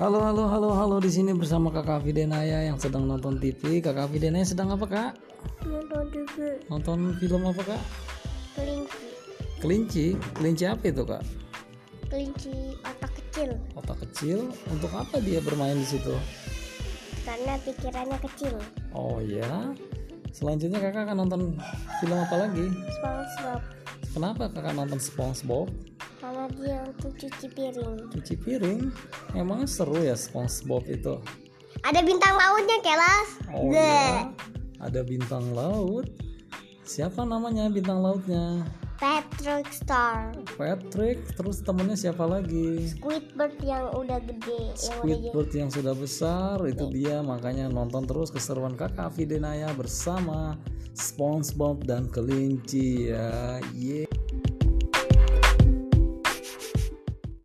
Halo, halo, halo, halo. Di sini bersama Kakak Fidenaya yang sedang nonton TV. Kakak Fidenaya sedang apa, Kak? nonton juga Nonton film apa, Kak? kelinci Kelinci. Kelinci apa itu, Kak? kelinci otak kecil Otak kecil. Untuk apa dia bermain di situ? karena pikirannya kecil Oh ya. Selanjutnya Kakak akan nonton film apa lagi? SpongeBob Kenapa Kakak nonton SpongeBob? karena dia untuk cuci piring Cuci piring. Emangnya seru ya SpongeBob itu? ada bintang lautnya kelas Oh Iya. ya. Ada bintang laut. Siapa namanya bintang lautnya? Patrick Star Patrick, terus temennya siapa lagi? Squidward yang udah gede yang udah jadi Squidward yang sudah besar itu dia makanya nonton terus keseruan kakak Avi Denaya bersama SpongeBob dan kelinci ya. Ye.